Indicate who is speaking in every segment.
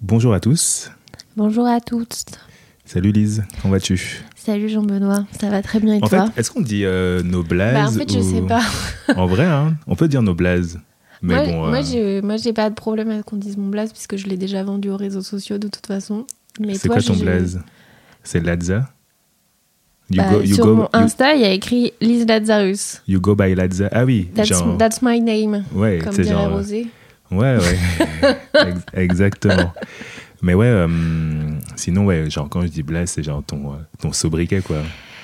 Speaker 1: Bonjour à tous.
Speaker 2: Bonjour à toutes.
Speaker 1: Salut Lise, comment vas-tu
Speaker 2: Salut Jean-Benoît, ça va très bien et
Speaker 1: En
Speaker 2: toi
Speaker 1: fait, est-ce qu'on dit euh, nos blazes
Speaker 2: Bah, En fait, je
Speaker 1: ou-
Speaker 2: sais pas.
Speaker 1: En vrai, hein, on peut dire nos blazes. Mais
Speaker 2: moi,
Speaker 1: bon,
Speaker 2: moi,
Speaker 1: euh,
Speaker 2: j'ai- moi, j'ai pas de problème à ce qu'on dise mon blaze puisque je l'ai déjà vendu aux réseaux sociaux de toute façon. Mais
Speaker 1: c'est
Speaker 2: toi,
Speaker 1: quoi ton
Speaker 2: je-
Speaker 1: blaze C'est Lazza you,
Speaker 2: Bah,
Speaker 1: go, you,
Speaker 2: Sur
Speaker 1: go,
Speaker 2: mon
Speaker 1: you-
Speaker 2: Insta, il y a écrit Lise Lazarus.
Speaker 1: you go by Lazza. Ah oui,
Speaker 2: That's,
Speaker 1: genre.
Speaker 2: that's my name,
Speaker 1: ouais,
Speaker 2: comme
Speaker 1: c'est
Speaker 2: dirait
Speaker 1: genre.
Speaker 2: Rosé.
Speaker 1: Ouais, ouais. Ex- Exactement. Mais ouais, euh, sinon, ouais, genre quand je dis blaze, c'est genre ton, euh, ton sobriquet, quoi.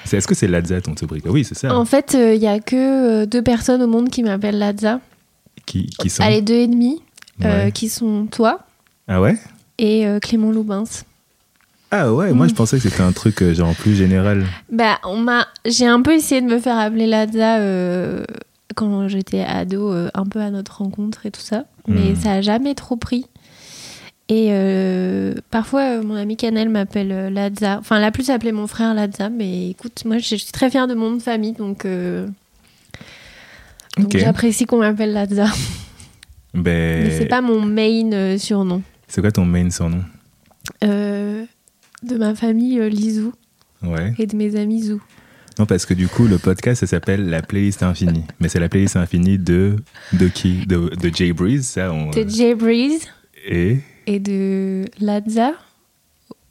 Speaker 1: C'est- Est-ce que c'est Lazza ton sobriquet Oui, c'est ça.
Speaker 2: En fait, euh, il y a que euh, deux personnes au monde qui m'appellent Lazza.
Speaker 1: Qui, qui sont
Speaker 2: Allez, deux et demi, euh,
Speaker 1: Ouais.
Speaker 2: qui sont toi
Speaker 1: Ah ouais
Speaker 2: et euh, Clément Loubens.
Speaker 1: Ah ouais, moi
Speaker 2: Mm.
Speaker 1: je pensais que c'était un truc euh, genre plus général.
Speaker 2: Bah, on m'a, j'ai un peu essayé de me faire appeler Lazza euh, quand j'étais ado, euh, un peu à notre rencontre et tout ça, mais
Speaker 1: Hmm.
Speaker 2: ça a jamais trop pris. Et euh, parfois, euh, mon ami Canel m'appelle euh, Lazza. Enfin, la plus appelé mon frère Lazza, mais écoute, moi, je suis très fière de mon nom de famille, donc, euh, donc
Speaker 1: Ok.
Speaker 2: j'apprécie qu'on m'appelle Lazza. Mais c'est
Speaker 1: Ben,
Speaker 2: pas mon main euh, surnom
Speaker 1: c'est quoi ton main surnom
Speaker 2: Euh, de ma famille euh, Lizou
Speaker 1: Ouais.
Speaker 2: et de mes amis Zou.
Speaker 1: Non, parce que du coup, le podcast, ça s'appelle La Playlist Infinie. Mais c'est la playlist infinie de, de qui de, de Jay Breeze, ça on, euh,
Speaker 2: De Jay Breeze
Speaker 1: Et
Speaker 2: et de Lazza.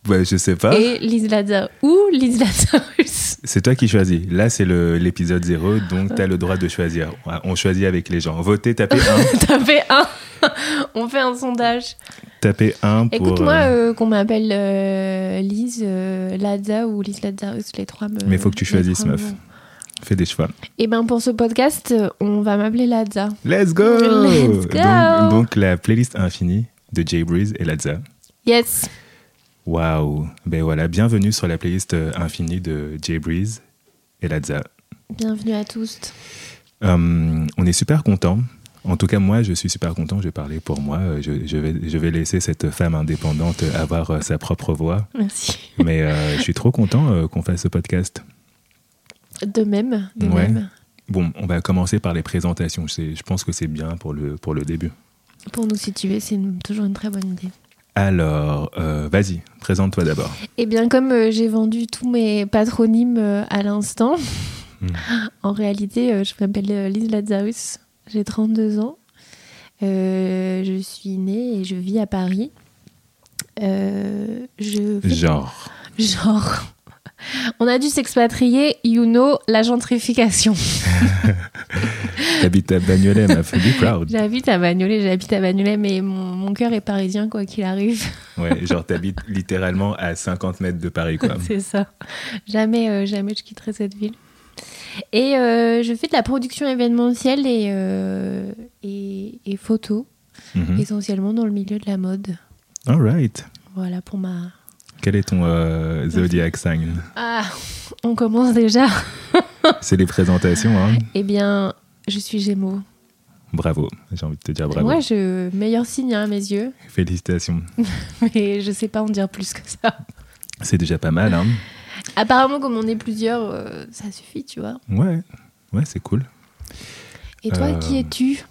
Speaker 1: ouais, Je sais pas.
Speaker 2: et Lise Lazar ou Lise Lazarus.
Speaker 1: C'est toi qui choisis. Là, c'est le- l'épisode 0, donc t'as le droit de choisir. On choisit avec les gens. Votez, tapez 1.
Speaker 2: T'as fait un. On fait un sondage.
Speaker 1: tapez 1 pour.
Speaker 2: Écoute-moi
Speaker 1: euh,
Speaker 2: euh, qu'on m'appelle euh, Lise euh, Lazza ou Lise Lazarus, les trois me-
Speaker 1: Mais faut que tu
Speaker 2: les
Speaker 1: choisisses,
Speaker 2: trois
Speaker 1: meuf.
Speaker 2: me vont.
Speaker 1: Fais des choix.
Speaker 2: Eh ben pour ce podcast, euh, on va m'appeler Lazza.
Speaker 1: Let's go
Speaker 2: Let's go
Speaker 1: donc, donc, la playlist infinie de Jay Breeze et Lazza.
Speaker 2: Yes.
Speaker 1: Waouh Ben voilà, bienvenue sur la playlist euh, infinie de Jay Breeze et Lazza.
Speaker 2: Bienvenue à tous.
Speaker 1: Euh, on est super content. En tout cas, moi, je suis super content. Je vais parler pour moi. Euh, Je, je vais, je vais laisser cette femme indépendante euh, avoir euh, sa propre voix.
Speaker 2: Merci.
Speaker 1: Mais euh, je suis trop content euh, qu'on fasse ce podcast.
Speaker 2: De même, de
Speaker 1: Ouais.
Speaker 2: même.
Speaker 1: Bon, on va commencer par les présentations. C'est- Je pense que c'est bien pour le, pour le début.
Speaker 2: Pour nous situer, c'est une- toujours une très bonne idée.
Speaker 1: Alors, euh, vas-y, présente-toi d'abord.
Speaker 2: Eh bien, comme euh, j'ai vendu tous mes patronymes euh, à l'instant,
Speaker 1: Hmm.
Speaker 2: en réalité, euh, je m'appelle euh, Lise Lazarus, j'ai 32 ans, Euh, je suis née et je vis à Paris. Euh, je fais-
Speaker 1: Genre.
Speaker 2: Genre. On a dû s'expatrier, you know, la gentrification.
Speaker 1: T'habites à Bagnolet, ma fille, be proud.
Speaker 2: J'habite à Bagnolet, j'habite à Bagnolet, mais mon, mon cœur est parisien, quoi qu'il arrive.
Speaker 1: Ouais, genre t'habites littéralement à 50 mètres de Paris, quoi.
Speaker 2: C'est ça. Jamais, euh, jamais je quitterai cette ville. Et euh, je fais de la production événementielle et, euh, et, et photo,
Speaker 1: Mhm.
Speaker 2: essentiellement dans le milieu de la mode.
Speaker 1: All right.
Speaker 2: Voilà pour ma.
Speaker 1: Quel est ton euh, zodiac sign
Speaker 2: Ah, on commence déjà.
Speaker 1: C'est les présentations, hein
Speaker 2: Eh bien, je suis Gémeaux.
Speaker 1: Bravo, j'ai envie de te dire bravo.
Speaker 2: Moi, je meilleur signe hein, à mes yeux,
Speaker 1: Félicitations.
Speaker 2: mais je sais pas en dire plus que ça.
Speaker 1: C'est déjà pas mal, hein
Speaker 2: Apparemment, comme on est plusieurs, euh, ça suffit, tu vois.
Speaker 1: Ouais, ouais, c'est cool.
Speaker 2: Et toi,
Speaker 1: Euh,
Speaker 2: qui es-tu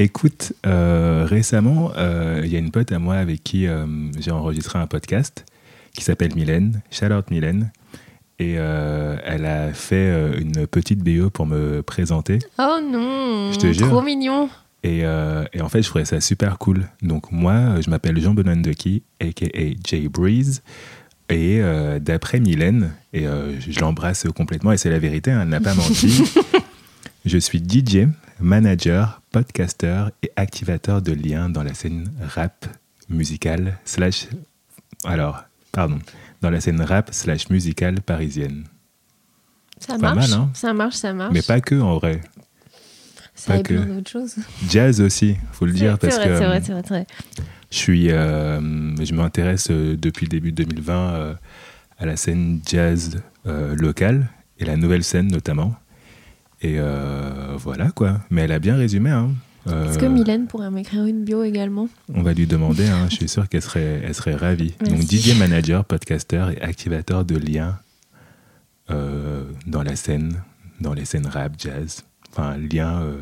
Speaker 1: Écoute, euh, récemment, euh, il y a une pote à moi avec qui euh, j'ai enregistré un podcast qui s'appelle Mylène, shout out Mylène. Et euh, elle a fait euh, une petite BO pour me présenter.
Speaker 2: Oh non,
Speaker 1: Je te jure.
Speaker 2: trop mignon.
Speaker 1: Et, euh, et en fait, je trouvais ça super cool. Donc moi, euh, je m'appelle Jean-Benoît Ndeki, a.k.a. Jay Breeze. Et euh, d'après Mylène, et euh, je l'embrasse complètement, et c'est la vérité, hein, elle n'a pas menti, je suis DJ, manager, podcasteur et activateur de liens dans la scène rap musicale slash... Alors, pardon. Dans la scène rap slash musicale parisienne.
Speaker 2: Ça
Speaker 1: Pas
Speaker 2: marche.
Speaker 1: mal, hein
Speaker 2: Ça marche, ça marche.
Speaker 1: Mais pas que en vrai.
Speaker 2: Ça
Speaker 1: pas
Speaker 2: et
Speaker 1: que.
Speaker 2: plein d'autres choses.
Speaker 1: Jazz aussi, faut le dire, parce que... hum,
Speaker 2: C'est vrai, c'est vrai, c'est vrai.
Speaker 1: Je suis, euh, je m'intéresse euh, depuis début 2020 euh, à la scène jazz euh, locale et la nouvelle scène notamment. Et euh, voilà quoi. Mais elle a bien résumé. Hein. Euh,
Speaker 2: Est-ce que Mylène pourrait m'écrire une bio également
Speaker 1: on va lui demander. hein. Je suis sûr qu'elle serait, elle serait ravie. Donc
Speaker 2: Merci.
Speaker 1: DJ manager, podcasteur et activateur de liens euh, dans la scène, dans les scènes rap, jazz. Enfin, lien, euh,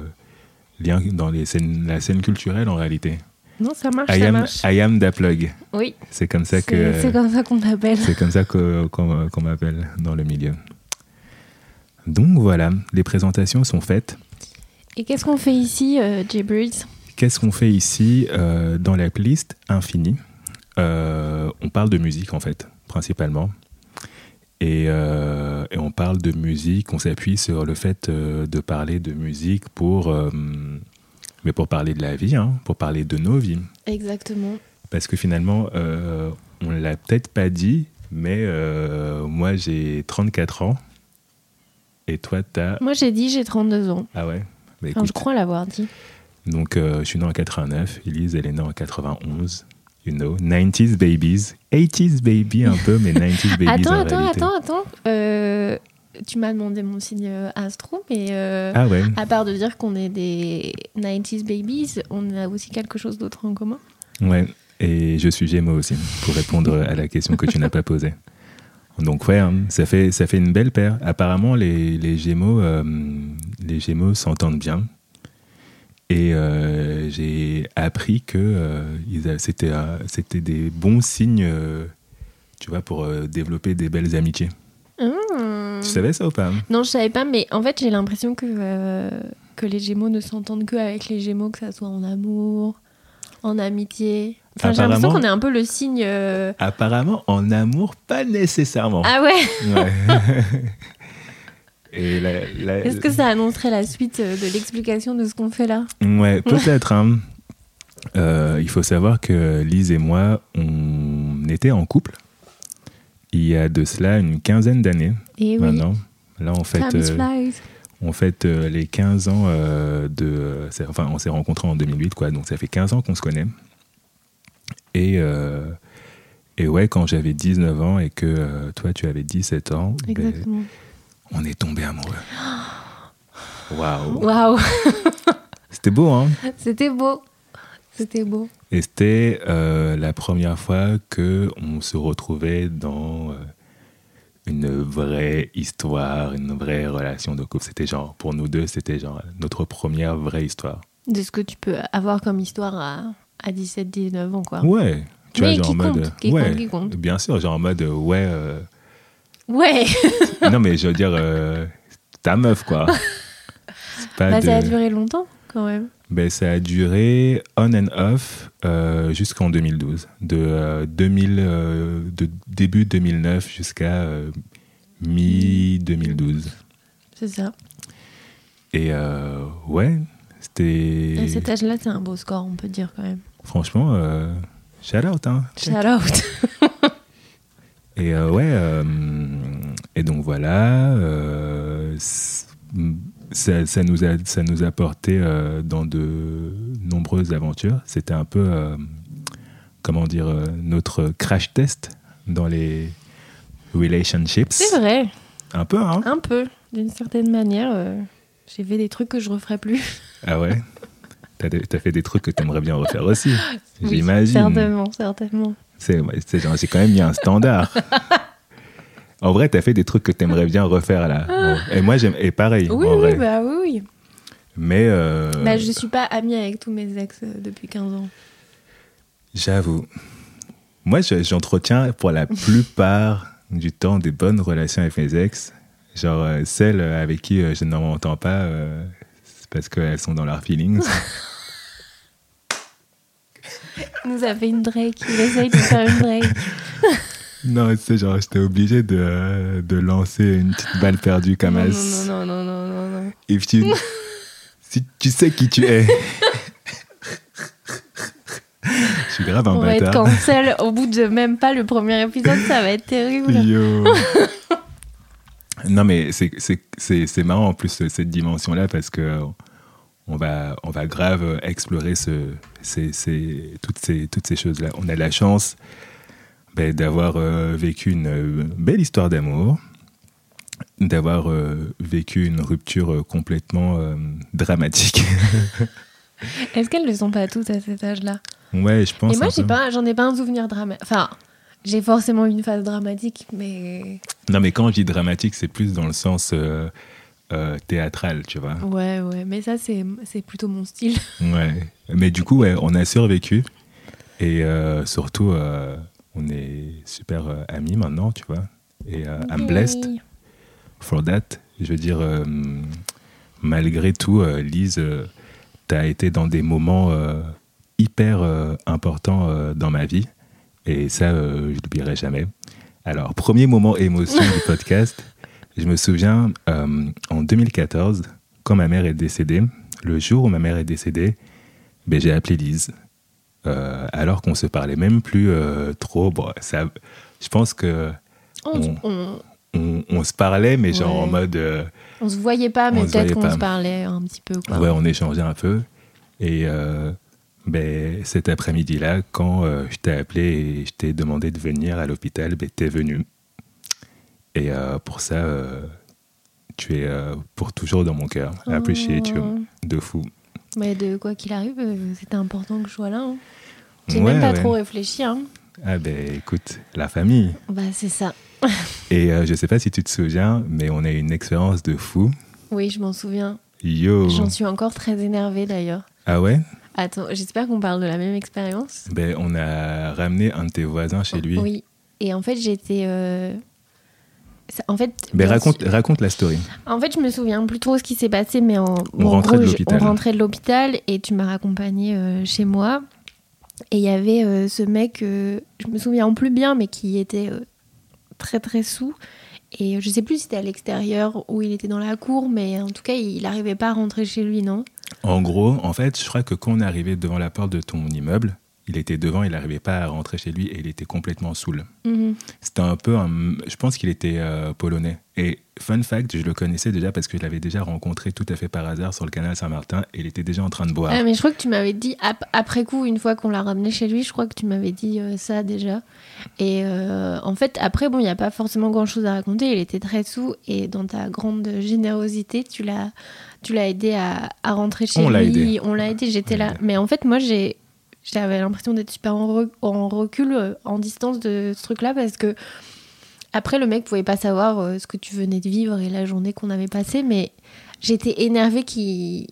Speaker 1: lien dans les scènes, la scène culturelle en réalité.
Speaker 2: Non, ça marche,
Speaker 1: I
Speaker 2: ça
Speaker 1: am,
Speaker 2: marche.
Speaker 1: I am Daplug.
Speaker 2: Oui,
Speaker 1: C'est comme ça que.
Speaker 2: c'est c'est comme ça qu'on t'appelle.
Speaker 1: C'est comme ça que- qu'on qu'on m'appelle dans le milieu. Donc voilà, les présentations sont faites.
Speaker 2: Et qu'est-ce qu'on fait ici, euh, Jay Breeze
Speaker 1: Qu'est-ce qu'on fait ici euh, dans la playlist Infini Euh, On parle de musique en fait, principalement. Et, euh, et on parle de musique, on s'appuie sur le fait euh, de parler de musique pour, euh, mais pour parler de la vie, hein, pour parler de nos vies.
Speaker 2: Exactement.
Speaker 1: Parce que finalement, euh, on ne l'a peut-être pas dit, mais euh, moi j'ai 34 ans et toi t'as.
Speaker 2: Moi, j'ai dit j'ai 32 ans.
Speaker 1: Ah ouais Bah,
Speaker 2: Enfin,
Speaker 1: écoute.
Speaker 2: Mmh. je crois l'avoir dit.
Speaker 1: Donc euh, je suis né en 89, Elise elle est née en 91. You know, 90s babies. 80s baby un peu, mais 90s babies
Speaker 2: attends,
Speaker 1: en
Speaker 2: attends,
Speaker 1: réalité.
Speaker 2: attends, attends, Euh, tu m'as demandé mon signe euh, astro, mais euh,
Speaker 1: Ah ouais
Speaker 2: à part de dire qu'on est des 90s babies, on a aussi quelque chose d'autre en commun.
Speaker 1: Ouais, et je suis Gémeaux aussi, pour répondre à la question que tu n'as pas posée. Donc ouais, hein, ça, fait, ça fait une belle paire. Apparemment, les, les Gémeaux euh, les Gémeaux s'entendent bien. Et euh, j'ai appris que euh, ils a- c'était euh, c'était des bons signes, euh, tu vois, pour euh, développer des belles amitiés.
Speaker 2: Mm. Hmm.
Speaker 1: Tu savais ça ou pas hein
Speaker 2: Non, je savais pas, mais en fait, j'ai l'impression que, euh, que les Gémeaux ne s'entendent que avec les Gémeaux, que ça soit en amour, en amitié.
Speaker 1: Ah,
Speaker 2: Enfin, j'ai l'impression
Speaker 1: Apparemment.
Speaker 2: qu'on est un peu le signe. euh,
Speaker 1: Apparemment, en amour, pas nécessairement.
Speaker 2: Ah ouais
Speaker 1: Ouais. et la- la-
Speaker 2: Est-ce que ça annoncerait la suite euh, de l'explication de ce qu'on fait là
Speaker 1: Ouais, peut-être. hein. Euh, il faut savoir que Lise et moi, on était en couple il y a de cela une quinzaine d'années
Speaker 2: Et Eh oui,
Speaker 1: maintenant. Là, on fête,
Speaker 2: time
Speaker 1: euh,
Speaker 2: flies.
Speaker 1: on fête euh, les 15 ans euh, de. euh, c'est- Enfin, on s'est rencontrés en 2008, quoi. Donc, ça fait 15 ans qu'on se connaît. Et, euh, et ouais, quand j'avais 19 ans et que euh, toi, tu avais 17 ans, ben,
Speaker 2: Exactement.
Speaker 1: on est tombés amoureux. Waouh!
Speaker 2: Waouh
Speaker 1: C'était beau, hein?
Speaker 2: C'était beau. C'était beau.
Speaker 1: Et c'était euh, la première fois que on se retrouvait dans euh, une vraie histoire, une vraie relation de couple. C'était genre, pour nous deux, c'était genre notre première vraie histoire.
Speaker 2: De ce que tu peux avoir comme histoire à, à 17-19 ans, quoi.
Speaker 1: Ouais. Tu
Speaker 2: Ah. Mais
Speaker 1: vois, genre
Speaker 2: qui
Speaker 1: en mode.
Speaker 2: compte, qui
Speaker 1: ouais,
Speaker 2: compte, qui compte.
Speaker 1: Bien sûr, genre en mode, euh, ouais. euh,
Speaker 2: Ouais
Speaker 1: non, mais je veux dire, euh, ta meuf, quoi. C'est pas
Speaker 2: Bah,
Speaker 1: de-
Speaker 2: Ça a duré longtemps, quand même.
Speaker 1: Ben, ça a duré on and off euh, jusqu'en 2012, de, euh, 2000, euh, de début 2009 jusqu'à euh, mi-2012.
Speaker 2: C'est ça.
Speaker 1: Et euh, ouais,
Speaker 2: À
Speaker 1: c'était.
Speaker 2: cet âge-là, c'est un beau score, on peut dire, quand même.
Speaker 1: Franchement, euh, shout out. Hein.
Speaker 2: Shout out
Speaker 1: Et euh, ouais, euh, et donc voilà, euh, c- ça, ça nous a, ça nous a porté euh, dans de nombreuses aventures. C'était un peu, euh, comment dire, euh, notre crash test dans les relationships.
Speaker 2: C'est vrai,
Speaker 1: Un peu, hein
Speaker 2: un peu. D'une certaine manière, euh, j'ai fait des trucs que je referais plus.
Speaker 1: Ah ouais T'as des- t'as fait des trucs que t'aimerais bien refaire aussi,
Speaker 2: Oui,
Speaker 1: j'imagine.
Speaker 2: certainement, certainement.
Speaker 1: C'est ouais, c'est genre, j'ai quand même mis un standard. En vrai, t'as fait des trucs que t'aimerais bien refaire là. Et moi, j'aime. Et pareil.
Speaker 2: Ah. Oui,
Speaker 1: en
Speaker 2: oui,
Speaker 1: vrai.
Speaker 2: bah oui, oui.
Speaker 1: Mais euh,
Speaker 2: Bah, je suis pas amie avec tous mes ex euh, depuis 15 ans.
Speaker 1: j'avoue, moi je- j'entretiens pour la plupart du temps des bonnes relations avec mes ex. Genre euh, celles avec qui euh, je ne m'entends pas, euh, c'est parce qu'elles sont dans leurs feelings.
Speaker 2: Il nous a fait une Drake, il essaye de faire une Drake.
Speaker 1: non, c'est genre j'étais obligé de, euh, de lancer une petite balle perdue comme
Speaker 2: non,
Speaker 1: as.
Speaker 2: non, non, non, non, non, non.
Speaker 1: If tu- si tu sais qui tu es. je suis grave un
Speaker 2: On va être
Speaker 1: bâtard.
Speaker 2: cancel au bout de même pas le premier épisode, ça va être terrible.
Speaker 1: Yo. non, mais c'est- c'est c'est- c'est marrant en plus euh, cette dimension-là parce que euh, on va, on va grave euh, explorer ce, ces, ces- toutes ces, toutes ces choses-là. On a la chance ben, d'avoir euh, vécu une euh, belle histoire d'amour, d'avoir euh, vécu une rupture euh, complètement euh, dramatique.
Speaker 2: Est-ce qu'elles le sont pas toutes à cet âge-là
Speaker 1: ouais, je pense.
Speaker 2: Et moi,
Speaker 1: un
Speaker 2: j'ai
Speaker 1: peu.
Speaker 2: pas, j'en ai pas un souvenir dramatique. Enfin, j'ai forcément une phase dramatique, mais
Speaker 1: Non, mais quand je dis dramatique, c'est plus dans le sens euh, euh, théâtrale, tu vois.
Speaker 2: Ouais, ouais, mais ça, c'est c'est plutôt mon style.
Speaker 1: Ouais. Mais du coup, ouais, on a survécu. Et euh, surtout, euh, on est super euh, amis maintenant, tu vois. Et euh, I'm blessed
Speaker 2: Yay.
Speaker 1: for that. Je veux dire, euh, malgré tout, euh, Lise, tu as été dans des moments euh, hyper euh, importants euh, dans ma vie. Et ça, euh, je l'oublierai jamais. Alors, premier moment émotion du podcast. Je me souviens, euh, en 2014, quand ma mère est décédée, le jour où ma mère est décédée, ben, j'ai appelé Lise. Euh, alors qu'on se parlait même plus euh, trop. Bon, ça, je pense que
Speaker 2: On,
Speaker 1: On-
Speaker 2: on,
Speaker 1: on, on se parlait, mais genre
Speaker 2: Ouais.
Speaker 1: en mode. euh,
Speaker 2: on se voyait pas, mais
Speaker 1: On se
Speaker 2: peut-être
Speaker 1: voyait
Speaker 2: qu'on
Speaker 1: pas.
Speaker 2: se parlait un petit peu. Quoi.
Speaker 1: Ouais, on échangeait un peu. Et euh, ben, cet après-midi-là, quand euh, je t'ai appelé et je t'ai demandé de venir à l'hôpital, ben, t'es venu. Et euh, pour ça, euh, tu es euh, pour toujours dans mon cœur.
Speaker 2: Oh.
Speaker 1: I Appreciate you. De fou.
Speaker 2: Mais Ah. de quoi qu'il arrive, euh, c'était important que je sois là. hein. J'ai
Speaker 1: Ouais,
Speaker 2: même pas
Speaker 1: ouais.
Speaker 2: trop réfléchi. Hein.
Speaker 1: Ah ben écoute, la famille.
Speaker 2: Bah, c'est ça.
Speaker 1: Et euh, je sais pas si tu te souviens, mais on a eu une expérience de fou.
Speaker 2: Oui, je m'en souviens.
Speaker 1: Yo.
Speaker 2: J'en suis encore très énervée d'ailleurs.
Speaker 1: Ah ouais
Speaker 2: Attends, j'espère qu'on parle de la même expérience.
Speaker 1: Ben on a ramené un de tes voisins chez lui.
Speaker 2: Oui. Et en fait, j'étais. euh, ça- En fait,
Speaker 1: Ben
Speaker 2: bien
Speaker 1: raconte,
Speaker 2: sûr-
Speaker 1: raconte la story.
Speaker 2: En fait, je me souviens plus trop ce qui s'est passé, mais en,
Speaker 1: On
Speaker 2: en
Speaker 1: rentrait de
Speaker 2: je-
Speaker 1: l'hôpital.
Speaker 2: on rentrait de l'hôpital et tu m'as raccompagnée euh, chez moi. Et il y avait euh, ce mec, euh, je me souviens plus bien, mais qui était euh, très très sous. Et je sais plus si c'était à l'extérieur ou il était dans la cour, mais en tout cas, il n'arrivait pas à rentrer chez lui, non
Speaker 1: En gros, en fait, je crois que quand on arrivait devant la porte de ton immeuble, il était devant, il n'arrivait pas à rentrer chez lui et il était complètement saoul. C'était un peu un- Je pense qu'il était euh, polonais. Et fun fact, je le connaissais déjà parce que je l'avais déjà rencontré tout à fait par hasard sur le canal Saint-Martin et il était déjà en train de boire.
Speaker 2: Ah, mais je crois que tu m'avais dit, ap- après coup, une fois qu'on l'a ramené chez lui, je crois que tu m'avais dit euh, ça déjà. Et euh, en fait, après, bon, il n'y a pas forcément grand chose à raconter. Il était très sous et dans ta grande générosité, tu l'as, tu l'as aidé à, à rentrer chez
Speaker 1: On
Speaker 2: lui.
Speaker 1: l'a aidé.
Speaker 2: On l'a aidé, j'étais
Speaker 1: On l'a
Speaker 2: là.
Speaker 1: aidé.
Speaker 2: Mais en fait, moi, j'ai. J'avais l'impression d'être super en, re- en recul, euh, en distance de ce truc-là, parce que après, le mec pouvait pas savoir euh, ce que tu venais de vivre et la journée qu'on avait passée, mais j'étais énervée qu'il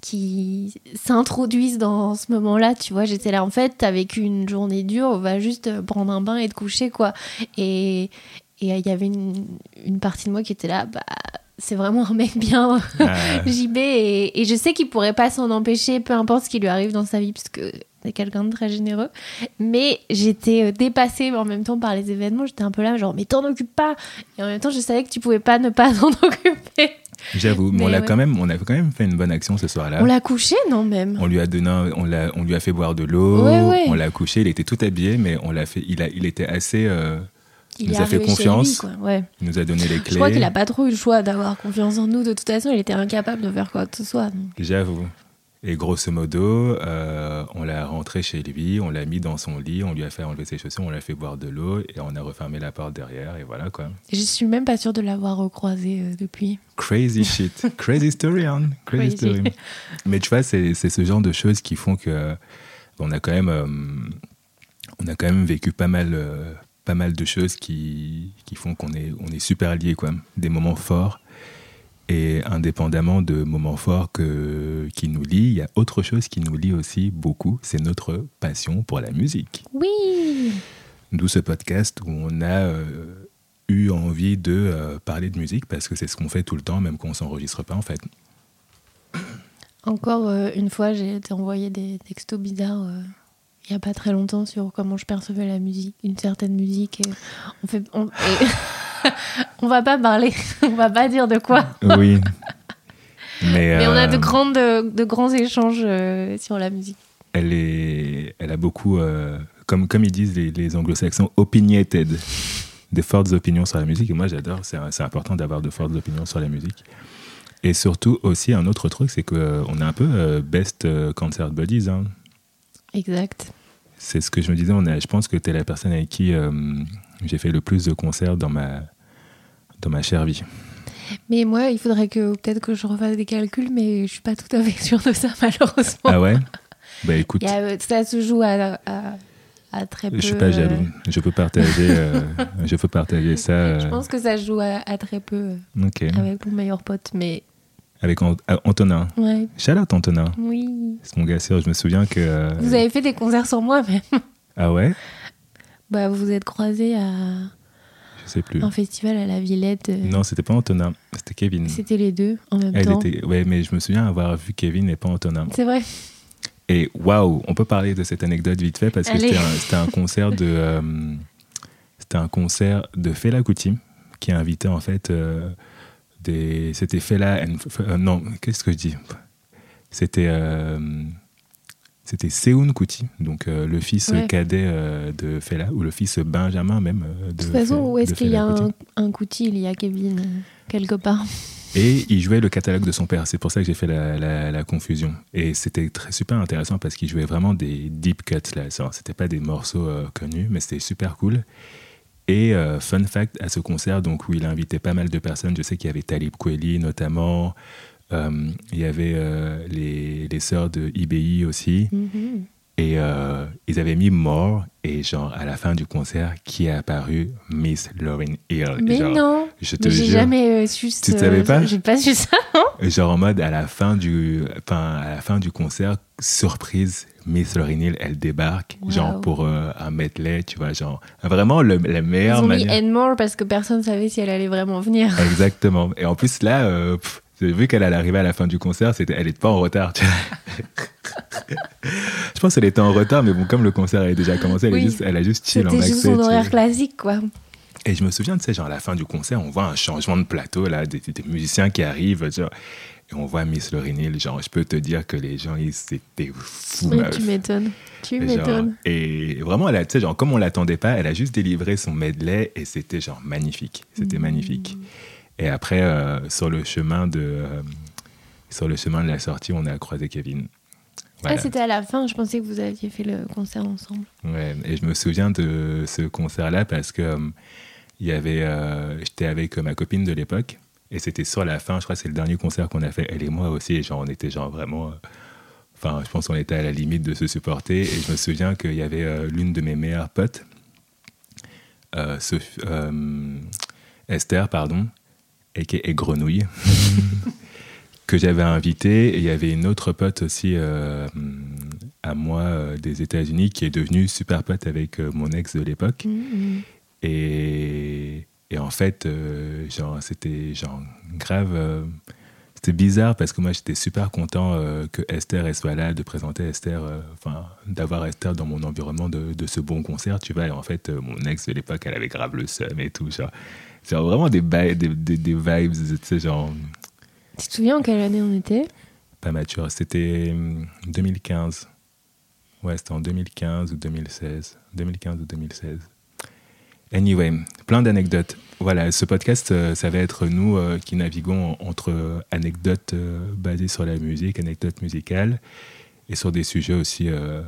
Speaker 2: qui s'introduisent dans ce moment-là, tu vois, j'étais là en fait, t'as vécu une journée dure, on va juste euh, prendre un bain et te coucher quoi. Et et euh, il y avait une, une partie de moi qui était là, bah c'est vraiment un mec bien
Speaker 1: Ah,
Speaker 2: JB et, et je sais qu'il pourrait pas s'en empêcher, peu importe ce qui lui arrive dans sa vie parce que c'est quelqu'un de très généreux. Mais j'étais euh, dépassée en même temps par les événements, j'étais un peu là genre mais t'en occupes pas. Et en même temps, je savais que tu pouvais pas ne pas t'en occuper.
Speaker 1: J'avoue, mais on
Speaker 2: Mais
Speaker 1: l'a
Speaker 2: ouais.
Speaker 1: quand même, on a quand même fait une bonne action ce soir-là.
Speaker 2: On l'a couché non même.
Speaker 1: On lui a donné, un- on, l'a- on lui a fait boire de l'eau,
Speaker 2: Ouais, ouais.
Speaker 1: on l'a couché, il était tout habillé, mais on l'a fait, il, a, il était assez, euh, il nous
Speaker 2: est
Speaker 1: a fait
Speaker 2: arrivé chez
Speaker 1: confiance.
Speaker 2: lui, quoi. Ouais.
Speaker 1: il nous a donné les clés.
Speaker 2: Je crois qu'il n'a pas trop eu le choix d'avoir confiance en nous. De toute façon, il était incapable de faire quoi que ce soit. donc.
Speaker 1: J'avoue. Et grosso modo, euh, on l'a rentré chez lui, on l'a mis dans son lit, on lui a fait enlever ses chaussures, on l'a fait boire de l'eau et on a refermé la porte derrière et voilà quoi.
Speaker 2: Je suis même pas sûre de l'avoir recroisé euh, depuis.
Speaker 1: Crazy shit. Crazy story, hein. Crazy,
Speaker 2: Crazy.
Speaker 1: story. Mais tu vois, c'est c'est ce genre de choses qui font que on a quand même, euh, on a quand même vécu pas mal, euh, pas mal de choses qui, qui font qu'on est, on est super liés, quoi. Des moments forts. Et indépendamment de moments forts que, qui nous lient, il y a autre chose qui nous lie aussi beaucoup, c'est notre passion pour la musique.
Speaker 2: Oui
Speaker 1: D'où ce podcast où on a euh, eu envie de euh, parler de musique parce que c'est ce qu'on fait tout le temps, même quand on s'enregistre pas en fait.
Speaker 2: Encore euh, une fois, j'ai été envoyé des textos bizarres euh, il y a pas très longtemps sur comment je percevais la musique, une certaine musique. et on fait, on, et- on va pas parler, on va pas dire de quoi.
Speaker 1: Oui. Mais,
Speaker 2: Mais on a de
Speaker 1: euh,
Speaker 2: grandes, de grands échanges euh, sur la musique.
Speaker 1: Elle, est, elle a beaucoup, euh, comme, comme ils disent les, les anglo-saxons, opinionated. Des fortes opinions sur la musique. Et moi, j'adore. C'est c'est important d'avoir de fortes opinions sur la musique. Et surtout, aussi, un autre truc, c'est qu'on est un peu euh, best euh, concert buddies. hein.
Speaker 2: Exact.
Speaker 1: C'est ce que je me disais. On a, je pense que tu es la personne avec qui euh, j'ai fait le plus de concerts dans ma, dans ma chère vie.
Speaker 2: Mais moi, il faudrait que peut-être que je refasse des calculs, mais je suis pas tout à fait sûre de ça malheureusement.
Speaker 1: Ah ouais Bah Ah écoute,
Speaker 2: Il y a, euh, ça se joue à, à à très peu.
Speaker 1: Je suis pas jaloux. Je peux partager, euh, je peux partager ça.
Speaker 2: Je
Speaker 1: euh, Mm.
Speaker 2: pense Ah que ça se joue à, à très peu
Speaker 1: ok.
Speaker 2: avec mon meilleur pote, mais
Speaker 1: Avec An- ah, Antonin.
Speaker 2: ouais,
Speaker 1: Charlotte Antonin.
Speaker 2: oui.
Speaker 1: C'est mon gars sûr. Je me souviens que. euh,
Speaker 2: Vous avez fait des concerts sans moi même.
Speaker 1: Ah ouais
Speaker 2: Bah, vous vous êtes croisés à
Speaker 1: Je sais plus.
Speaker 2: un festival à la Villette. euh,
Speaker 1: Non, c'était pas Antonin. C'était Kevin.
Speaker 2: C'était les deux en même
Speaker 1: Elle
Speaker 2: temps.
Speaker 1: était. Ouais, mais je me souviens avoir vu Kevin et pas Antonin.
Speaker 2: C'est vrai.
Speaker 1: Et waouh, on peut parler de cette anecdote vite fait parce que
Speaker 2: Allez.
Speaker 1: c'était un, c'était un concert de euh, c'était un concert de Fela Kuti qui a invité en fait euh, des c'était Fela and F- euh, non qu'est-ce que je dis c'était euh, c'était Seoun Kuti donc euh, le fils
Speaker 2: Ouais.
Speaker 1: cadet euh, de Fela ou le fils Benjamin même euh, de,
Speaker 2: De toute façon,
Speaker 1: Fe-
Speaker 2: où est-ce
Speaker 1: de
Speaker 2: qu'il y a
Speaker 1: Fela Kuti.
Speaker 2: un, un coutil Il y a Kevin euh, quelque part.
Speaker 1: Et il jouait le catalogue de son père. C'est pour ça que j'ai fait la, la- la confusion. Et c'était très super intéressant parce qu'il jouait vraiment des deep cuts là. Ça, C'était pas des morceaux euh, connus, mais c'était super cool. Et euh, fun fact à ce concert, donc où il a invité pas mal de personnes. Je sais qu'il y avait Talib Kweli notamment. Euh, il y avait euh, les, les sœurs de IBI aussi.
Speaker 2: Mhm.
Speaker 1: Et euh, ils avaient mis mort. Et genre à la fin du concert, qui est apparu Miss Lauryn Hill. Et
Speaker 2: Mais
Speaker 1: genre,
Speaker 2: non
Speaker 1: Je te
Speaker 2: Mais j'ai
Speaker 1: jure.
Speaker 2: jamais euh, su ce-
Speaker 1: Tu savais pas
Speaker 2: J'ai pas su ça.
Speaker 1: Et Genre en mode à la fin du, enfin, à la fin du concert, surprise, Miss Lauryn Hill, elle débarque,
Speaker 2: Wow.
Speaker 1: genre pour euh, un medley, tu vois, genre vraiment le, la
Speaker 2: Ils
Speaker 1: meilleure
Speaker 2: ont mis
Speaker 1: manière.
Speaker 2: Edmore parce que personne savait si elle allait vraiment venir.
Speaker 1: Exactement. Et en plus là, euh, pff, vu qu'elle allait arriver à la fin du concert, c'était, elle n'était pas en retard. tu vois. Je pense qu'elle était en retard, mais bon, comme le concert avait déjà commencé, elle, est
Speaker 2: Oui.
Speaker 1: juste, elle a juste chill en
Speaker 2: C'était
Speaker 1: backstage.
Speaker 2: juste son
Speaker 1: tu vois.
Speaker 2: horaire classique, quoi.
Speaker 1: Et je me souviens, tu sais, genre à la fin du concert, on voit un changement de plateau, là, des, des- des musiciens qui arrivent, genre, et on voit Miss Lauryn Hill, genre, je peux te dire que les gens, ils étaient fous,
Speaker 2: Oui,
Speaker 1: meuf.
Speaker 2: tu m'étonnes. Tu
Speaker 1: Et genre,
Speaker 2: m'étonnes.
Speaker 1: Et vraiment, elle a, tu sais, genre, comme on l'attendait pas, elle a juste délivré son medley et c'était genre magnifique. C'était magnifique.
Speaker 2: Mmh.
Speaker 1: Et après, euh, sur le chemin de, euh, sur le chemin de la sortie, on a croisé Kevin. Voilà.
Speaker 2: Ah, c'était à la fin, je pensais que vous aviez fait le concert ensemble.
Speaker 1: Ouais, et je me souviens de ce concert-là parce que euh, il y avait, euh, j'étais avec euh, ma copine de l'époque et c'était sur la fin, je crois que c'est le dernier concert qu'on a fait, elle et moi aussi, et genre on était genre vraiment, euh, enfin je pense qu'on était à la limite de se supporter et je me souviens qu'il y avait euh, l'une de mes meilleures potes, euh, Sophie- euh, Esther, pardon, et qui est Grenouille, que j'avais invitée et il y avait une autre pote aussi. euh, à moi euh, des États-Unis qui est devenu super pote avec euh, mon ex de l'époque.
Speaker 2: Mhm.
Speaker 1: Et, et en fait, euh, genre, c'était genre grave. euh, c'était bizarre parce que moi j'étais super content euh, que Esther elle soit là, de présenter Esther, euh, enfin d'avoir Esther dans mon environnement de, de ce bon concert, tu vois. Et en fait, euh, mon ex de l'époque, elle avait grave le seum et tout, genre. Genre vraiment des, bi- des, des, des vibes, tu sais, genre
Speaker 2: Tu te souviens en quelle année on était
Speaker 1: pas mature. C'était hum, 2015. Ouais, c'était en 2015 ou 2016. 2015 ou 2016. Anyway, plein d'anecdotes. Voilà, ce podcast, euh, ça va être nous euh, qui naviguons entre euh, anecdotes euh, basées sur la musique, anecdotes musicales, et sur des sujets aussi euh,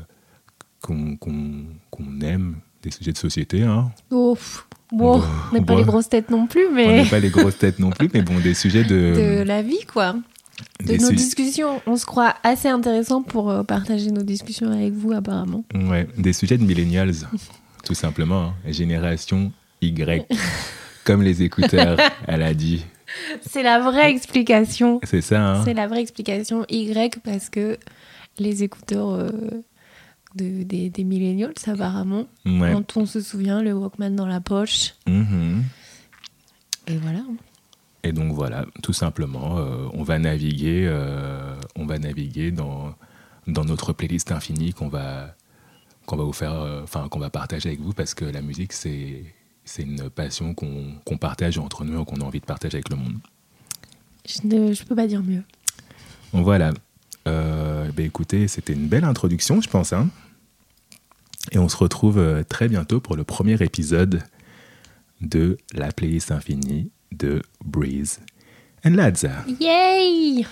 Speaker 1: qu'on qu'on- qu'on aime, des sujets de société. Hein.
Speaker 2: Oh, pff, bon,
Speaker 1: Bon,
Speaker 2: on n'est pas
Speaker 1: bon.
Speaker 2: les grosses têtes non plus,
Speaker 1: Bah, On
Speaker 2: mais
Speaker 1: n'est pas les grosses têtes non plus, mais bon, des sujets
Speaker 2: Eh. de
Speaker 1: de...
Speaker 2: la vie, quoi. De
Speaker 1: des
Speaker 2: nos
Speaker 1: su-
Speaker 2: discussions. On se croit assez intéressant pour euh, partager nos discussions avec vous, apparemment.
Speaker 1: Ouais, des sujets de millennials, tout simplement. hein. Génération Y, comme les écouteurs, elle a dit.
Speaker 2: C'est la vraie explication.
Speaker 1: C'est ça, hein
Speaker 2: C'est la vraie explication Y parce que les écouteurs euh, de, des, des millennials, apparemment,
Speaker 1: Ouais.
Speaker 2: quand on se souvient, le Walkman dans la poche.
Speaker 1: Mhm.
Speaker 2: Et voilà.
Speaker 1: Et donc voilà, tout simplement, euh, on va naviguer, euh, on va naviguer dans, dans notre playlist infinie qu'on va, qu'on va vous faire, euh, enfin qu'on va partager avec vous parce que la musique c'est c'est une passion qu'on qu'on partage entre nous et qu'on a envie de partager avec le monde.
Speaker 2: Je ne je peux pas dire mieux.
Speaker 1: Voilà. Euh, ben écoutez, c'était une belle introduction, je pense. hein. Et on se retrouve euh, très bientôt pour le premier épisode de la playlist infinie de Breeze and Ladza.
Speaker 2: Yay